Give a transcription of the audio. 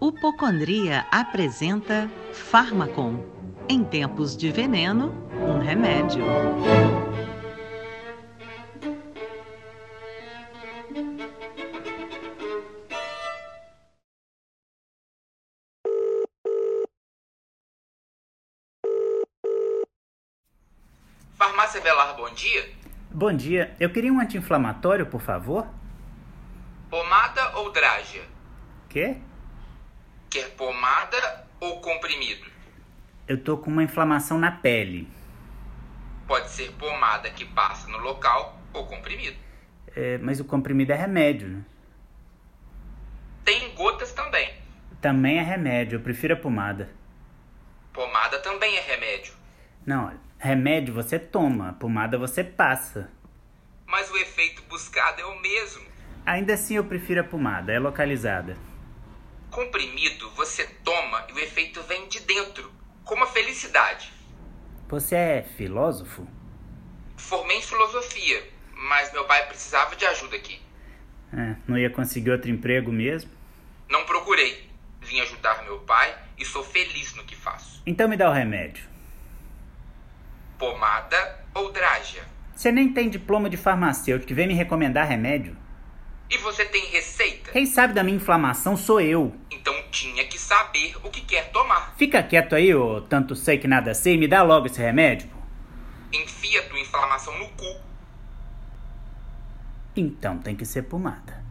Hipocondria apresenta Farmacon. Em tempos de veneno, um remédio. Farmácia Belar, bom dia. Bom dia, eu queria um anti-inflamatório, por favor. Pomada ou drágia? Quê? Quer pomada ou comprimido? Eu tô com uma inflamação na pele. Pode ser pomada que passa no local ou comprimido. É, mas o comprimido é remédio, né? Tem gotas também. Também é remédio, eu prefiro a pomada. Pomada também é remédio, Não, olha, remédio você toma, a pomada você passa. mas o efeito buscado é o mesmo. Ainda assim eu prefiro a pomada, é localizada. Comprimido você toma e o efeito vem de dentro, como a felicidade. Você é filósofo? Formei em filosofia, mas meu pai precisava de ajuda aqui. É, não ia conseguir outro emprego mesmo? Não procurei. Vim ajudar meu pai e sou feliz no que faço. Então me dá o remédio. Pomada ou drágia? Você nem tem diploma de farmacêutico e vem me recomendar remédio? E você tem receita? Quem sabe da minha inflamação sou eu. Então tinha que saber o que quer tomar. Fica quieto aí, ô tanto sei que nada sei, me dá logo esse remédio. pô. Enfia tua inflamação no cu. Então tem que ser pomada.